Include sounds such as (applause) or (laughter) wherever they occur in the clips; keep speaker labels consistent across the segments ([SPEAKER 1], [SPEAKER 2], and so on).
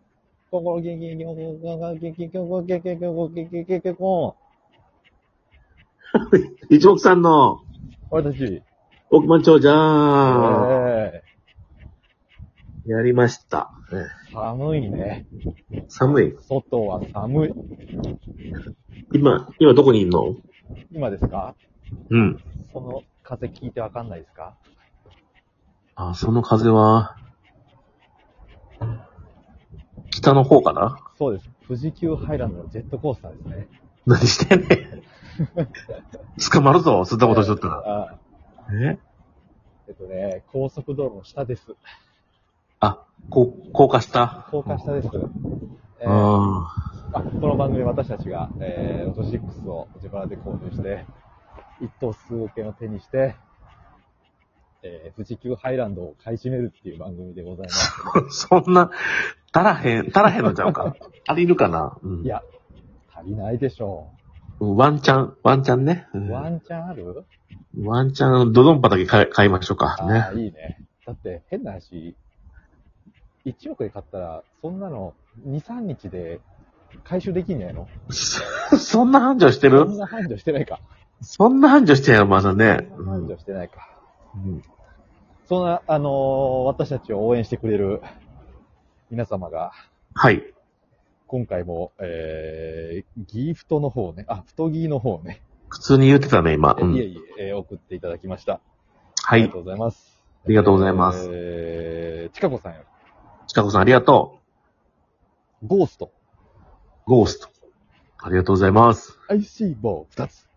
[SPEAKER 1] 心激激激激激激激激激激
[SPEAKER 2] (laughs) 一目散の
[SPEAKER 1] 私、
[SPEAKER 2] 億万長者、
[SPEAKER 1] え
[SPEAKER 2] やりました。
[SPEAKER 1] ー、寒いね。
[SPEAKER 2] 寒い。
[SPEAKER 1] 外は寒い。
[SPEAKER 2] 今、今どこにいんの
[SPEAKER 1] 今ですか
[SPEAKER 2] うん。
[SPEAKER 1] その風聞いてわかんないですか
[SPEAKER 2] あ、その風は、北の方かな
[SPEAKER 1] そうです。富士急ハイランドのジェットコースターですね。
[SPEAKER 2] 何してんねん。 (laughs) 捕まるぞ、そんなことしとったら。
[SPEAKER 1] あ
[SPEAKER 2] え
[SPEAKER 1] えっとね、高速道路の下です。
[SPEAKER 2] あ、こう、高架した。
[SPEAKER 1] 高架下です。えー
[SPEAKER 2] あ
[SPEAKER 1] あ、この番組私たちが、えー、ロト6を自腹で購入して、一等数億円を手にして、えー、富士急ハイランドを買い占めるっていう番組でございます。
[SPEAKER 2] あ。 (laughs) そんな、足らへん、足らへんのちゃうか。足りるかな、うん、
[SPEAKER 1] いや、足りないでしょ
[SPEAKER 2] ワンチャン、ワンチャンね。う
[SPEAKER 1] う。
[SPEAKER 2] ん
[SPEAKER 1] ワンチャンある
[SPEAKER 2] ワンチャン、ドドンパだけ買い買いましょうか。ね
[SPEAKER 1] あ。あ、いいね。だって、変な話、1億で買ったら、そんなの2、3日で回収できんじゃないの
[SPEAKER 2] (laughs) そんな繁盛して
[SPEAKER 1] そ
[SPEAKER 2] る
[SPEAKER 1] んな繁盛してないか。
[SPEAKER 2] そんな繁盛してんよ、まだね。
[SPEAKER 1] そんな
[SPEAKER 2] う
[SPEAKER 1] 繁
[SPEAKER 2] ん
[SPEAKER 1] 盛してないか。そんな、あのー私たちを応援してくれる皆様が、
[SPEAKER 2] はい。
[SPEAKER 1] 今回も、えー、ギフトの方ね、あ、太ギーの方ね、
[SPEAKER 2] 普通に言ってたね、今。う
[SPEAKER 1] いえ
[SPEAKER 2] ん、
[SPEAKER 1] いええー、送っていただきました。
[SPEAKER 2] は
[SPEAKER 1] あり
[SPEAKER 2] い
[SPEAKER 1] がと。うございます。
[SPEAKER 2] ありがとうございます
[SPEAKER 1] えー、ちかこさんより、
[SPEAKER 2] ちかこさん、ありがと
[SPEAKER 1] ゴースト、
[SPEAKER 2] う。ゴースト。ありがとうございます。
[SPEAKER 1] IC 棒2つ、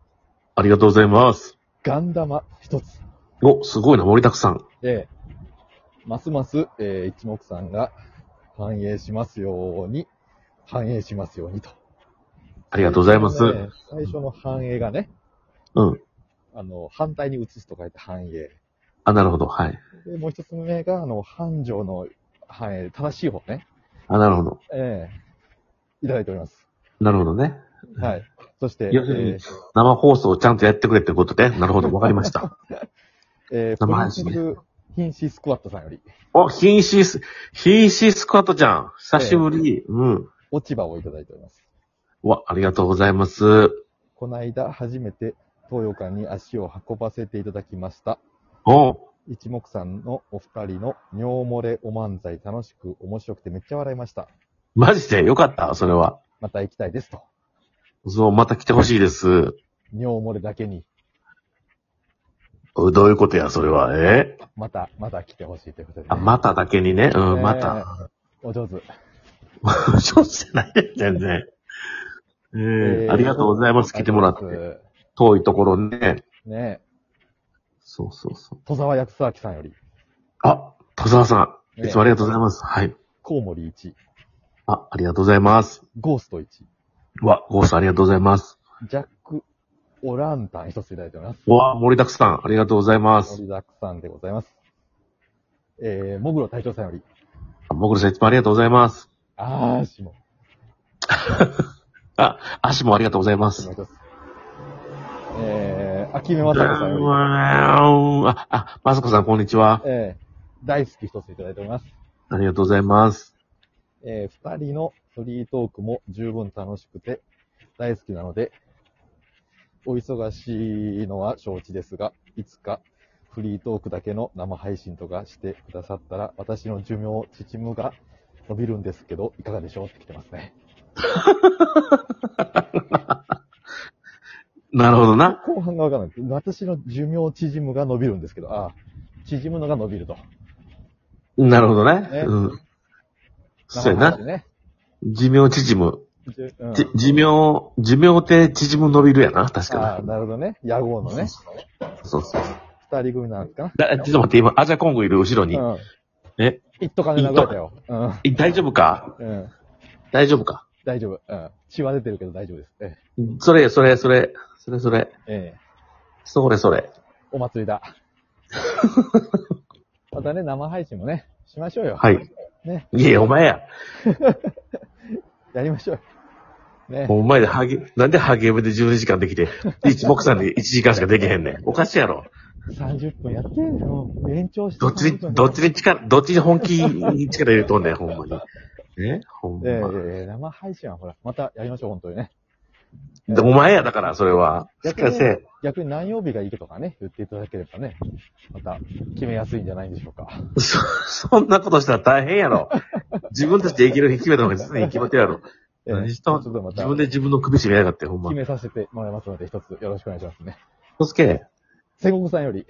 [SPEAKER 2] ありがとうございます。
[SPEAKER 1] ガンダマ1つ、
[SPEAKER 2] お、すごいな、盛りだくさん。
[SPEAKER 1] で、ますます、えー、一目さんが反映しますように、反映しますようにと。
[SPEAKER 2] ありがとうございます。
[SPEAKER 1] ね最初の反映がね、
[SPEAKER 2] うん。
[SPEAKER 1] あの、反対に移すと書いて反映。
[SPEAKER 2] あ、なるほど。はい。
[SPEAKER 1] で、もう一つ目が、あの、繁盛の反映、正しい方ね。
[SPEAKER 2] あ、なるほど。
[SPEAKER 1] ええいただいております。
[SPEAKER 2] なるほどね。
[SPEAKER 1] はい。そして、
[SPEAKER 2] 要するに
[SPEAKER 1] え
[SPEAKER 2] 生放送をちゃんとやってくれってことで。なるほど。わかり
[SPEAKER 1] (laughs)
[SPEAKER 2] ました。
[SPEAKER 1] ーえー
[SPEAKER 2] 生
[SPEAKER 1] プリ
[SPEAKER 2] 配
[SPEAKER 1] ンシ
[SPEAKER 2] 信
[SPEAKER 1] ス、ヒンシスクワットさんより、
[SPEAKER 2] お、ヒンシース、ヒンシースクワットちゃん。久しぶり。うん。
[SPEAKER 1] 落ち葉をいただいております。
[SPEAKER 2] わ、ありがとうございます。
[SPEAKER 1] この間、初めて東洋館に足を運ばせていただきました。
[SPEAKER 2] お、
[SPEAKER 1] 一目散のお二人の尿漏れお漫才楽しく面白くてめっちゃ笑いました。
[SPEAKER 2] マジでよかった、それは。
[SPEAKER 1] また行きたいですと。
[SPEAKER 2] そう、また来てほしいです。
[SPEAKER 1] 尿漏れだけに、
[SPEAKER 2] おどういうことや、それは。え
[SPEAKER 1] また、また来てほしいということで、
[SPEAKER 2] あ、まただけにね。うん、また。
[SPEAKER 1] た。お上手。
[SPEAKER 2] (laughs) そうじゃないよ全然。え
[SPEAKER 1] え
[SPEAKER 2] え
[SPEAKER 1] ー
[SPEAKER 2] ありがとうございます。来てもらっ
[SPEAKER 1] ありがと
[SPEAKER 2] て。
[SPEAKER 1] うございま
[SPEAKER 2] 遠いところね。
[SPEAKER 1] すねえ。
[SPEAKER 2] そうそうそう。
[SPEAKER 1] 戸沢薬明さんより、
[SPEAKER 2] あ、戸沢さん。
[SPEAKER 1] ね
[SPEAKER 2] いつもありがとうございます。はい。
[SPEAKER 1] コウモリ1、
[SPEAKER 2] あ、ありがとうございます。
[SPEAKER 1] ゴースト1、
[SPEAKER 2] うわ、ゴーストありがとうございます。
[SPEAKER 1] ジャック・オランタン一ついただいております。
[SPEAKER 2] うわ、盛りだくさん。ありがとうございま
[SPEAKER 1] 盛
[SPEAKER 2] す。
[SPEAKER 1] りだくさんでございます。えー、もぐろ隊長さんより、
[SPEAKER 2] あもぐろさんいつもありがとうございます。
[SPEAKER 1] あーしも、
[SPEAKER 2] あ、足もありがとうございま
[SPEAKER 1] お
[SPEAKER 2] す
[SPEAKER 1] 願い。します。えー、秋目ま
[SPEAKER 2] う
[SPEAKER 1] さこさんより、
[SPEAKER 2] んあ、あ、まさこさんこんにちは。
[SPEAKER 1] えー、大好き一ついただいております。
[SPEAKER 2] ありがとうございます。
[SPEAKER 1] えー、二人のフリートークも十分楽しくて大好きなので、お忙しいのは承知ですが、いつかフリートークだけの生配信とかしてくださったら、私の寿命、縮むが伸びるんですけど、いかがでしょうって来てますね。
[SPEAKER 2] なるほどな。
[SPEAKER 1] 後半がわかんないです。私の寿命縮むが伸びるんですけど、ああ、縮むのが伸びると。
[SPEAKER 2] なるほどね。
[SPEAKER 1] ね
[SPEAKER 2] うん。そうやな。
[SPEAKER 1] 生配信ね。
[SPEAKER 2] 寿命縮む。
[SPEAKER 1] じゅうん
[SPEAKER 2] じ寿命、寿命って縮む伸びるやな。確
[SPEAKER 1] あ
[SPEAKER 2] か
[SPEAKER 1] あ、なるほどね。野号のね、
[SPEAKER 2] に。そうそう。
[SPEAKER 1] 二人組なんですか
[SPEAKER 2] だちょっと待って、今、アジャコングいる後ろに。
[SPEAKER 1] な。うん。
[SPEAKER 2] え
[SPEAKER 1] 一斗金殴られたよ。うん。
[SPEAKER 2] え大丈夫か
[SPEAKER 1] うん。
[SPEAKER 2] 大丈夫か
[SPEAKER 1] 大丈夫。うん。血は出てるけど大丈夫です。え
[SPEAKER 2] それ、それ、それ、それ、それ、
[SPEAKER 1] え。ええ。
[SPEAKER 2] それ、それ。
[SPEAKER 1] お祭り
[SPEAKER 2] (laughs)
[SPEAKER 1] だ。またね、生配信もね、しましょうよ。
[SPEAKER 2] はい。
[SPEAKER 1] ね。
[SPEAKER 2] いえ、お前や。
[SPEAKER 1] やりましょうよ。ね。
[SPEAKER 2] お前でハゲ、なんでハゲ部で12時間で
[SPEAKER 1] (laughs)
[SPEAKER 2] きて、一目散で1時間しかできへんねん。おかしいやろ。
[SPEAKER 1] 30分やって、もう延長して。 (laughs)
[SPEAKER 2] どっちに、どっちに力、どっちに本気に力入れとんねん、ほんまに。えほん
[SPEAKER 1] ええ
[SPEAKER 2] ま。
[SPEAKER 1] ええ生配信はほら、またやりましょう、本当にね。
[SPEAKER 2] でお前や、だから、それは。しっ
[SPEAKER 1] 逆
[SPEAKER 2] かりせえ
[SPEAKER 1] に、逆に何曜日がいいとかね、言っていただければね、また決めやすいんじゃないでしょうか。
[SPEAKER 2] そ、 (laughs) そんなことしたら大変やろ。自分たちで生きる日決めた方が実に決まってるやろ。
[SPEAKER 1] ええ
[SPEAKER 2] 何したん
[SPEAKER 1] ちょっとま
[SPEAKER 2] 自
[SPEAKER 1] た、
[SPEAKER 2] 分で
[SPEAKER 1] 決
[SPEAKER 2] 自分の首絞めやがって、ほんま。
[SPEAKER 1] めさせてもらいますので、一つよろしくお願いしますね。
[SPEAKER 2] とすけ、
[SPEAKER 1] 戦国さんより、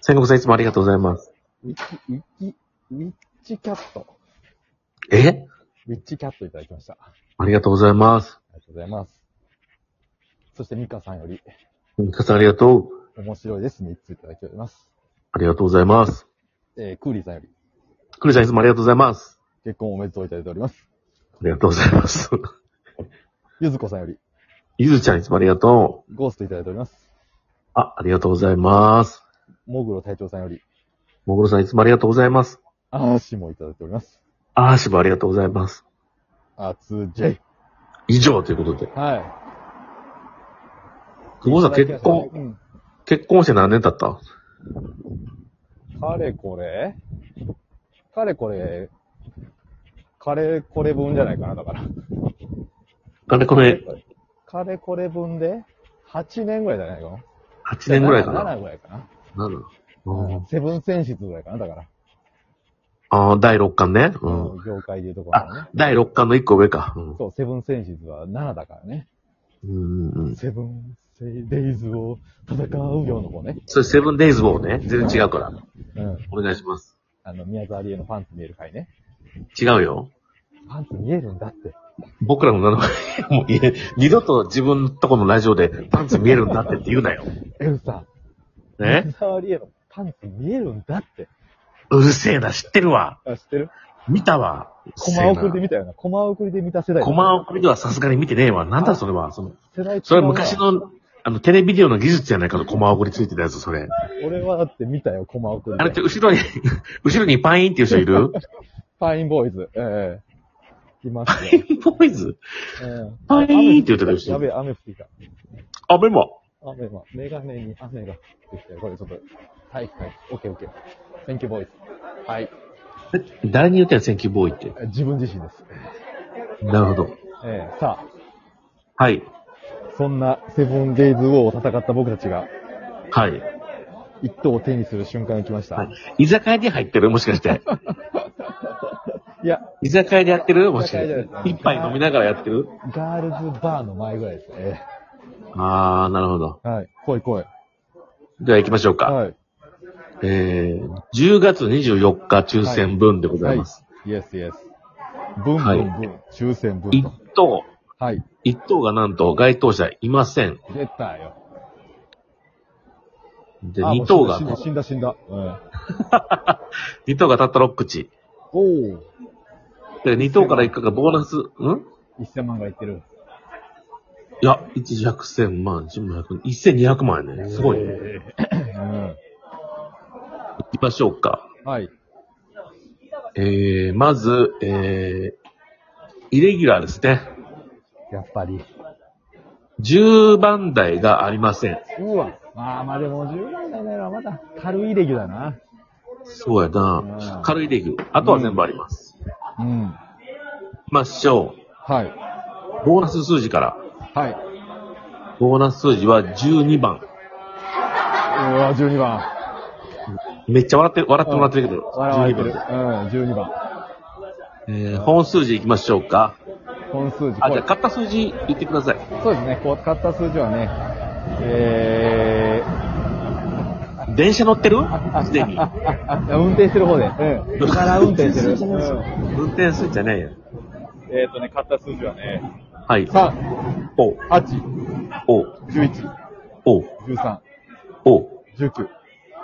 [SPEAKER 2] 戦国さんいつもありがとうございます。
[SPEAKER 1] ウィッチ、ウィッチ、ウィッチキャット、
[SPEAKER 2] え
[SPEAKER 1] ウィッチキャットいただきました。あ
[SPEAKER 2] ありがとうございます。
[SPEAKER 1] りがとうございます。そして、ミカさんより、
[SPEAKER 2] ミカさんありがとう。
[SPEAKER 1] 面白いです。3ついただいております。
[SPEAKER 2] ありがとうございます。
[SPEAKER 1] えー、クーリーさんより、
[SPEAKER 2] クルちゃんいつもありがとうございます。
[SPEAKER 1] 結婚おめでとういただいております。
[SPEAKER 2] ありがとうございます。 (laughs)
[SPEAKER 1] ゆずこさんより、
[SPEAKER 2] ゆずちゃんいつもありがとう。
[SPEAKER 1] ゴーストいただいております。
[SPEAKER 2] あ、ありがとうございます。
[SPEAKER 1] もぐろ隊長さんより、
[SPEAKER 2] もぐろさんいつもありがとうございます。
[SPEAKER 1] あーしもいただいております。
[SPEAKER 2] あーしばありがとうございます。
[SPEAKER 1] あつじい。
[SPEAKER 2] 以上ということで。
[SPEAKER 1] は
[SPEAKER 2] 久保さん
[SPEAKER 1] い。
[SPEAKER 2] 結婚、
[SPEAKER 1] うん。
[SPEAKER 2] 結婚して何年経った
[SPEAKER 1] かれこれかれこれ、かれこれ分じゃないかな、だから。
[SPEAKER 2] あれこれ、
[SPEAKER 1] かれこれ分で、8年ぐらいじゃないかな。
[SPEAKER 2] 8年ぐらいかな。
[SPEAKER 1] 7ぐらいかな。
[SPEAKER 2] 7。
[SPEAKER 1] うんセブン選出ぐらいかな、だから。
[SPEAKER 2] ああ、第6巻ね。うん。
[SPEAKER 1] 業界でいうところのね。
[SPEAKER 2] 第6巻の1個上か。うん
[SPEAKER 1] そう、セブン選出は7だからね。
[SPEAKER 2] うんうんうん。
[SPEAKER 1] セブンデイズを戦うようの方ね。
[SPEAKER 2] それ、セブンデイズもね、全然違うから。
[SPEAKER 1] うん。
[SPEAKER 2] お願いします。
[SPEAKER 1] あの、宮沢りえのパンツ見える回ね。
[SPEAKER 2] 違うよ。
[SPEAKER 1] パンツ見えるんだって。
[SPEAKER 2] 僕らの名前、もう言え、二度と自分のとこのラジオでパンツ見えるんだってって言うなよ。
[SPEAKER 1] エルさん。
[SPEAKER 2] ね
[SPEAKER 1] 宮沢りえのパンツ見えるんだって。
[SPEAKER 2] うるせえな、知ってるわ。
[SPEAKER 1] あ、知ってる
[SPEAKER 2] 見たわ。
[SPEAKER 1] コマ送りで
[SPEAKER 2] 見
[SPEAKER 1] 見たよな。コマ送りで見た世代。
[SPEAKER 2] コマ送りではさすがに見てねえわ。なんだそれは。その
[SPEAKER 1] 世代違うな
[SPEAKER 2] それは昔。の、あの、テレビデオの技術じゃないかとコマ送りついてたやつ、それ。
[SPEAKER 1] 俺はだって見たよ、コマ送り
[SPEAKER 2] あれって
[SPEAKER 1] で。
[SPEAKER 2] 後ろに、 (laughs) 後ろにパインっていう人いる
[SPEAKER 1] パインボーイズ。ええいますよ。
[SPEAKER 2] (laughs) ボーイズ
[SPEAKER 1] うん
[SPEAKER 2] パインって言ってた人
[SPEAKER 1] やべえ、雨降ってきた。
[SPEAKER 2] あ、メモ。
[SPEAKER 1] 雨、ま、メガネに雨が降ってきたよ。これちょっと。はい、はい。オッケーオッケー。Thank you, boys. はい。
[SPEAKER 2] 誰に言ってんのセンキューボーイって。
[SPEAKER 1] 自分自身です。
[SPEAKER 2] なるほど。
[SPEAKER 1] ええさあ。
[SPEAKER 2] はい。
[SPEAKER 1] そんなセブンデイズ・ウォーを戦った僕たちが
[SPEAKER 2] はい。
[SPEAKER 1] 一等を手にする瞬間が来ました。、
[SPEAKER 2] はいい居酒屋に入ってるもしか (laughs) して。
[SPEAKER 1] や、
[SPEAKER 2] 居酒屋でやってるもしか
[SPEAKER 1] 居酒屋
[SPEAKER 2] し
[SPEAKER 1] じゃない
[SPEAKER 2] て。一杯飲みながらやってる
[SPEAKER 1] ガールズバーの前ぐらいですね。
[SPEAKER 2] あー、なるほど。
[SPEAKER 1] はい。来い来い。
[SPEAKER 2] では行きましょうか。
[SPEAKER 1] はい。
[SPEAKER 2] えー、10月24日抽選分でございます。
[SPEAKER 1] イエスイエス。ブンブンブン、抽選ブン
[SPEAKER 2] 一
[SPEAKER 1] と。
[SPEAKER 2] 等、
[SPEAKER 1] はい。
[SPEAKER 2] 一等がなんと該当者いません。
[SPEAKER 1] 出たよ。
[SPEAKER 2] で、
[SPEAKER 1] あもう
[SPEAKER 2] 二等が
[SPEAKER 1] 死ん、だ、死んだ、死んだ。うん。
[SPEAKER 2] 二等がたった6口。
[SPEAKER 1] おお。
[SPEAKER 2] で、二等から一回がボーナス、ん
[SPEAKER 1] 1000万がいってる。
[SPEAKER 2] いや、一百千万、十万百、一千二百万やね。すごいね。
[SPEAKER 1] うん。
[SPEAKER 2] 行きましょうか。
[SPEAKER 1] はい。
[SPEAKER 2] えー、まず、えー、イレギュラーですね。
[SPEAKER 1] やっぱり。
[SPEAKER 2] 10番台がありません。
[SPEAKER 1] うわ。まあまあでも10万台ならまだ軽いレギュだな。
[SPEAKER 2] そうやな。軽いレギュ。あとは全部あります。
[SPEAKER 1] うん。
[SPEAKER 2] 行きましょ
[SPEAKER 1] はい。
[SPEAKER 2] う。ボーナス数字から。
[SPEAKER 1] はい。
[SPEAKER 2] ボーナス数字は12番。
[SPEAKER 1] うわ、12番。
[SPEAKER 2] めっちゃ笑って、笑ってもらってるけど。
[SPEAKER 1] 笑われてる。う
[SPEAKER 2] 12
[SPEAKER 1] ん、
[SPEAKER 2] 番。
[SPEAKER 1] 12番。
[SPEAKER 2] えー、本数字行きましょうか。
[SPEAKER 1] 本数字。
[SPEAKER 2] あ、じゃあ
[SPEAKER 1] こ
[SPEAKER 2] 買った数字言ってください。
[SPEAKER 1] れそうですね、こう、買った数字はね、えー、
[SPEAKER 2] 電車乗ってる
[SPEAKER 1] あ
[SPEAKER 2] すでに。
[SPEAKER 1] あ、あ、あ、運転してる方で。うん。から運転してる。 (laughs) うん、
[SPEAKER 2] 運転数じゃないや。
[SPEAKER 1] えっ、ー、とね、買った数字はね、
[SPEAKER 2] はい。
[SPEAKER 1] 3、
[SPEAKER 2] お、
[SPEAKER 1] 8、
[SPEAKER 2] お、
[SPEAKER 1] 11、
[SPEAKER 2] お、
[SPEAKER 1] 13、
[SPEAKER 2] お、
[SPEAKER 1] 19、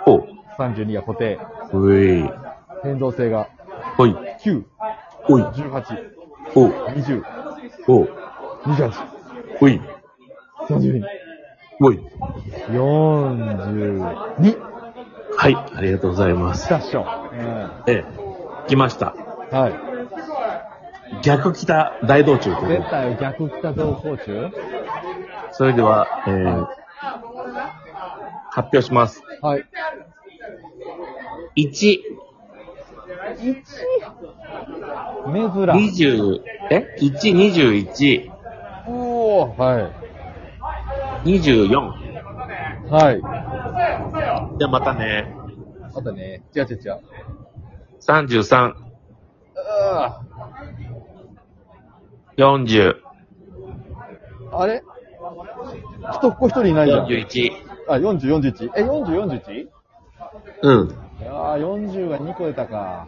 [SPEAKER 2] お。
[SPEAKER 1] 32が固定。
[SPEAKER 2] うい。
[SPEAKER 1] 変動性が
[SPEAKER 2] ほい。
[SPEAKER 1] 9、
[SPEAKER 2] おい。
[SPEAKER 1] 18、
[SPEAKER 2] お、
[SPEAKER 1] 20、
[SPEAKER 2] お、
[SPEAKER 1] 28、
[SPEAKER 2] おい。
[SPEAKER 1] 32、
[SPEAKER 2] おい。
[SPEAKER 1] 42、
[SPEAKER 2] はい。ありがとうございま
[SPEAKER 1] ス
[SPEAKER 2] す。
[SPEAKER 1] タッション。
[SPEAKER 2] ええ。来ました。
[SPEAKER 1] うん。はい。
[SPEAKER 2] 逆北大道中とい
[SPEAKER 1] 出
[SPEAKER 2] うことで。
[SPEAKER 1] たよ、逆北上降中
[SPEAKER 2] それでは、えー、発表します。
[SPEAKER 1] はい。
[SPEAKER 2] 1、
[SPEAKER 1] 1メズラン。
[SPEAKER 2] 20、え ?1、21、
[SPEAKER 1] おおは
[SPEAKER 2] 24。
[SPEAKER 1] い。はい。
[SPEAKER 2] じゃあまたね。
[SPEAKER 1] またね。違う違う違う。
[SPEAKER 2] 33、
[SPEAKER 1] あ
[SPEAKER 2] 40、
[SPEAKER 1] ーあれ人っ子一人いないじゃん。
[SPEAKER 2] 41。
[SPEAKER 1] あ、40、41。え、40、41?
[SPEAKER 2] うん。
[SPEAKER 1] いやー、40が2個出たか。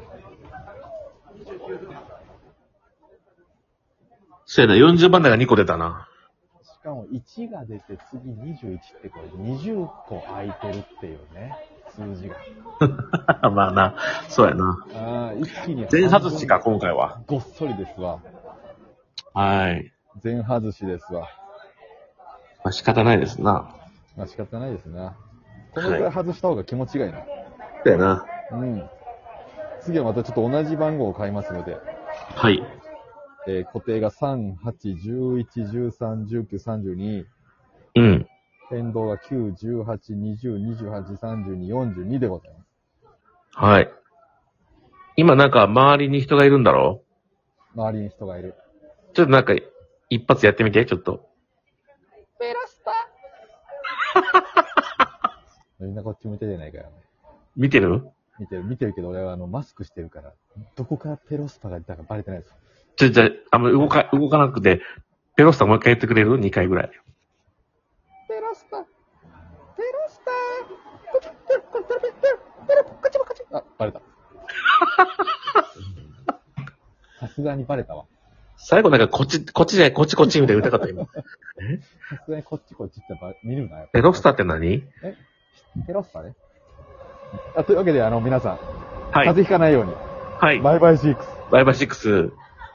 [SPEAKER 2] そうやな、40番台が2個出たな。 (laughs)
[SPEAKER 1] しかも1が出て次21ってこれ20個空いてるっていうね、数字が。
[SPEAKER 2] まあな、そうやな。
[SPEAKER 1] あー一気に。
[SPEAKER 2] 全外しか、。今回は。
[SPEAKER 1] ごっそりですわ。
[SPEAKER 2] はい。
[SPEAKER 1] 全外しですわ。
[SPEAKER 2] まあ仕方ないですな。
[SPEAKER 1] まあ仕方ないですな。このぐらい外した方が気持ちがいいな。
[SPEAKER 2] そうやな。
[SPEAKER 1] うん。次はまたちょっと同じ番号を買いますので、
[SPEAKER 2] はい。
[SPEAKER 1] えー固定が3、8、11、13、19、32、
[SPEAKER 2] うん。
[SPEAKER 1] 変動が9、18、20、28、32、42でございます。
[SPEAKER 2] はい。今なんか周りに人がいるんだろ
[SPEAKER 1] 周りに人がいる。
[SPEAKER 2] ちょっとなんか、一発やってみて、ちょっと。
[SPEAKER 1] みんなこっち向いてるじゃないかよ。
[SPEAKER 2] 見てる
[SPEAKER 1] 見てる、見てるけど、俺はあの、マスクしてるから、どこからペロスパが出たかバレてないです。
[SPEAKER 2] ちょ、じゃあ、あんまり動か、動かなくて、ペロスタもう一回言ってくれる ?2 回ぐらい。
[SPEAKER 1] ペロスパペロスパあ、バレた。さすがにバレたわ。
[SPEAKER 2] 最後なんか、こっち、こっちじゃない、こっちこっちみたいな歌かった今。
[SPEAKER 1] さすがにこっちこっちってば見るなよ。
[SPEAKER 2] ペロスタって何
[SPEAKER 1] ペロスパね。あというわけで、あの、皆さん、
[SPEAKER 2] は
[SPEAKER 1] 風
[SPEAKER 2] い。
[SPEAKER 1] 邪ひかないように。
[SPEAKER 2] はい。
[SPEAKER 1] バイバイシークス。
[SPEAKER 2] バイバイシックス。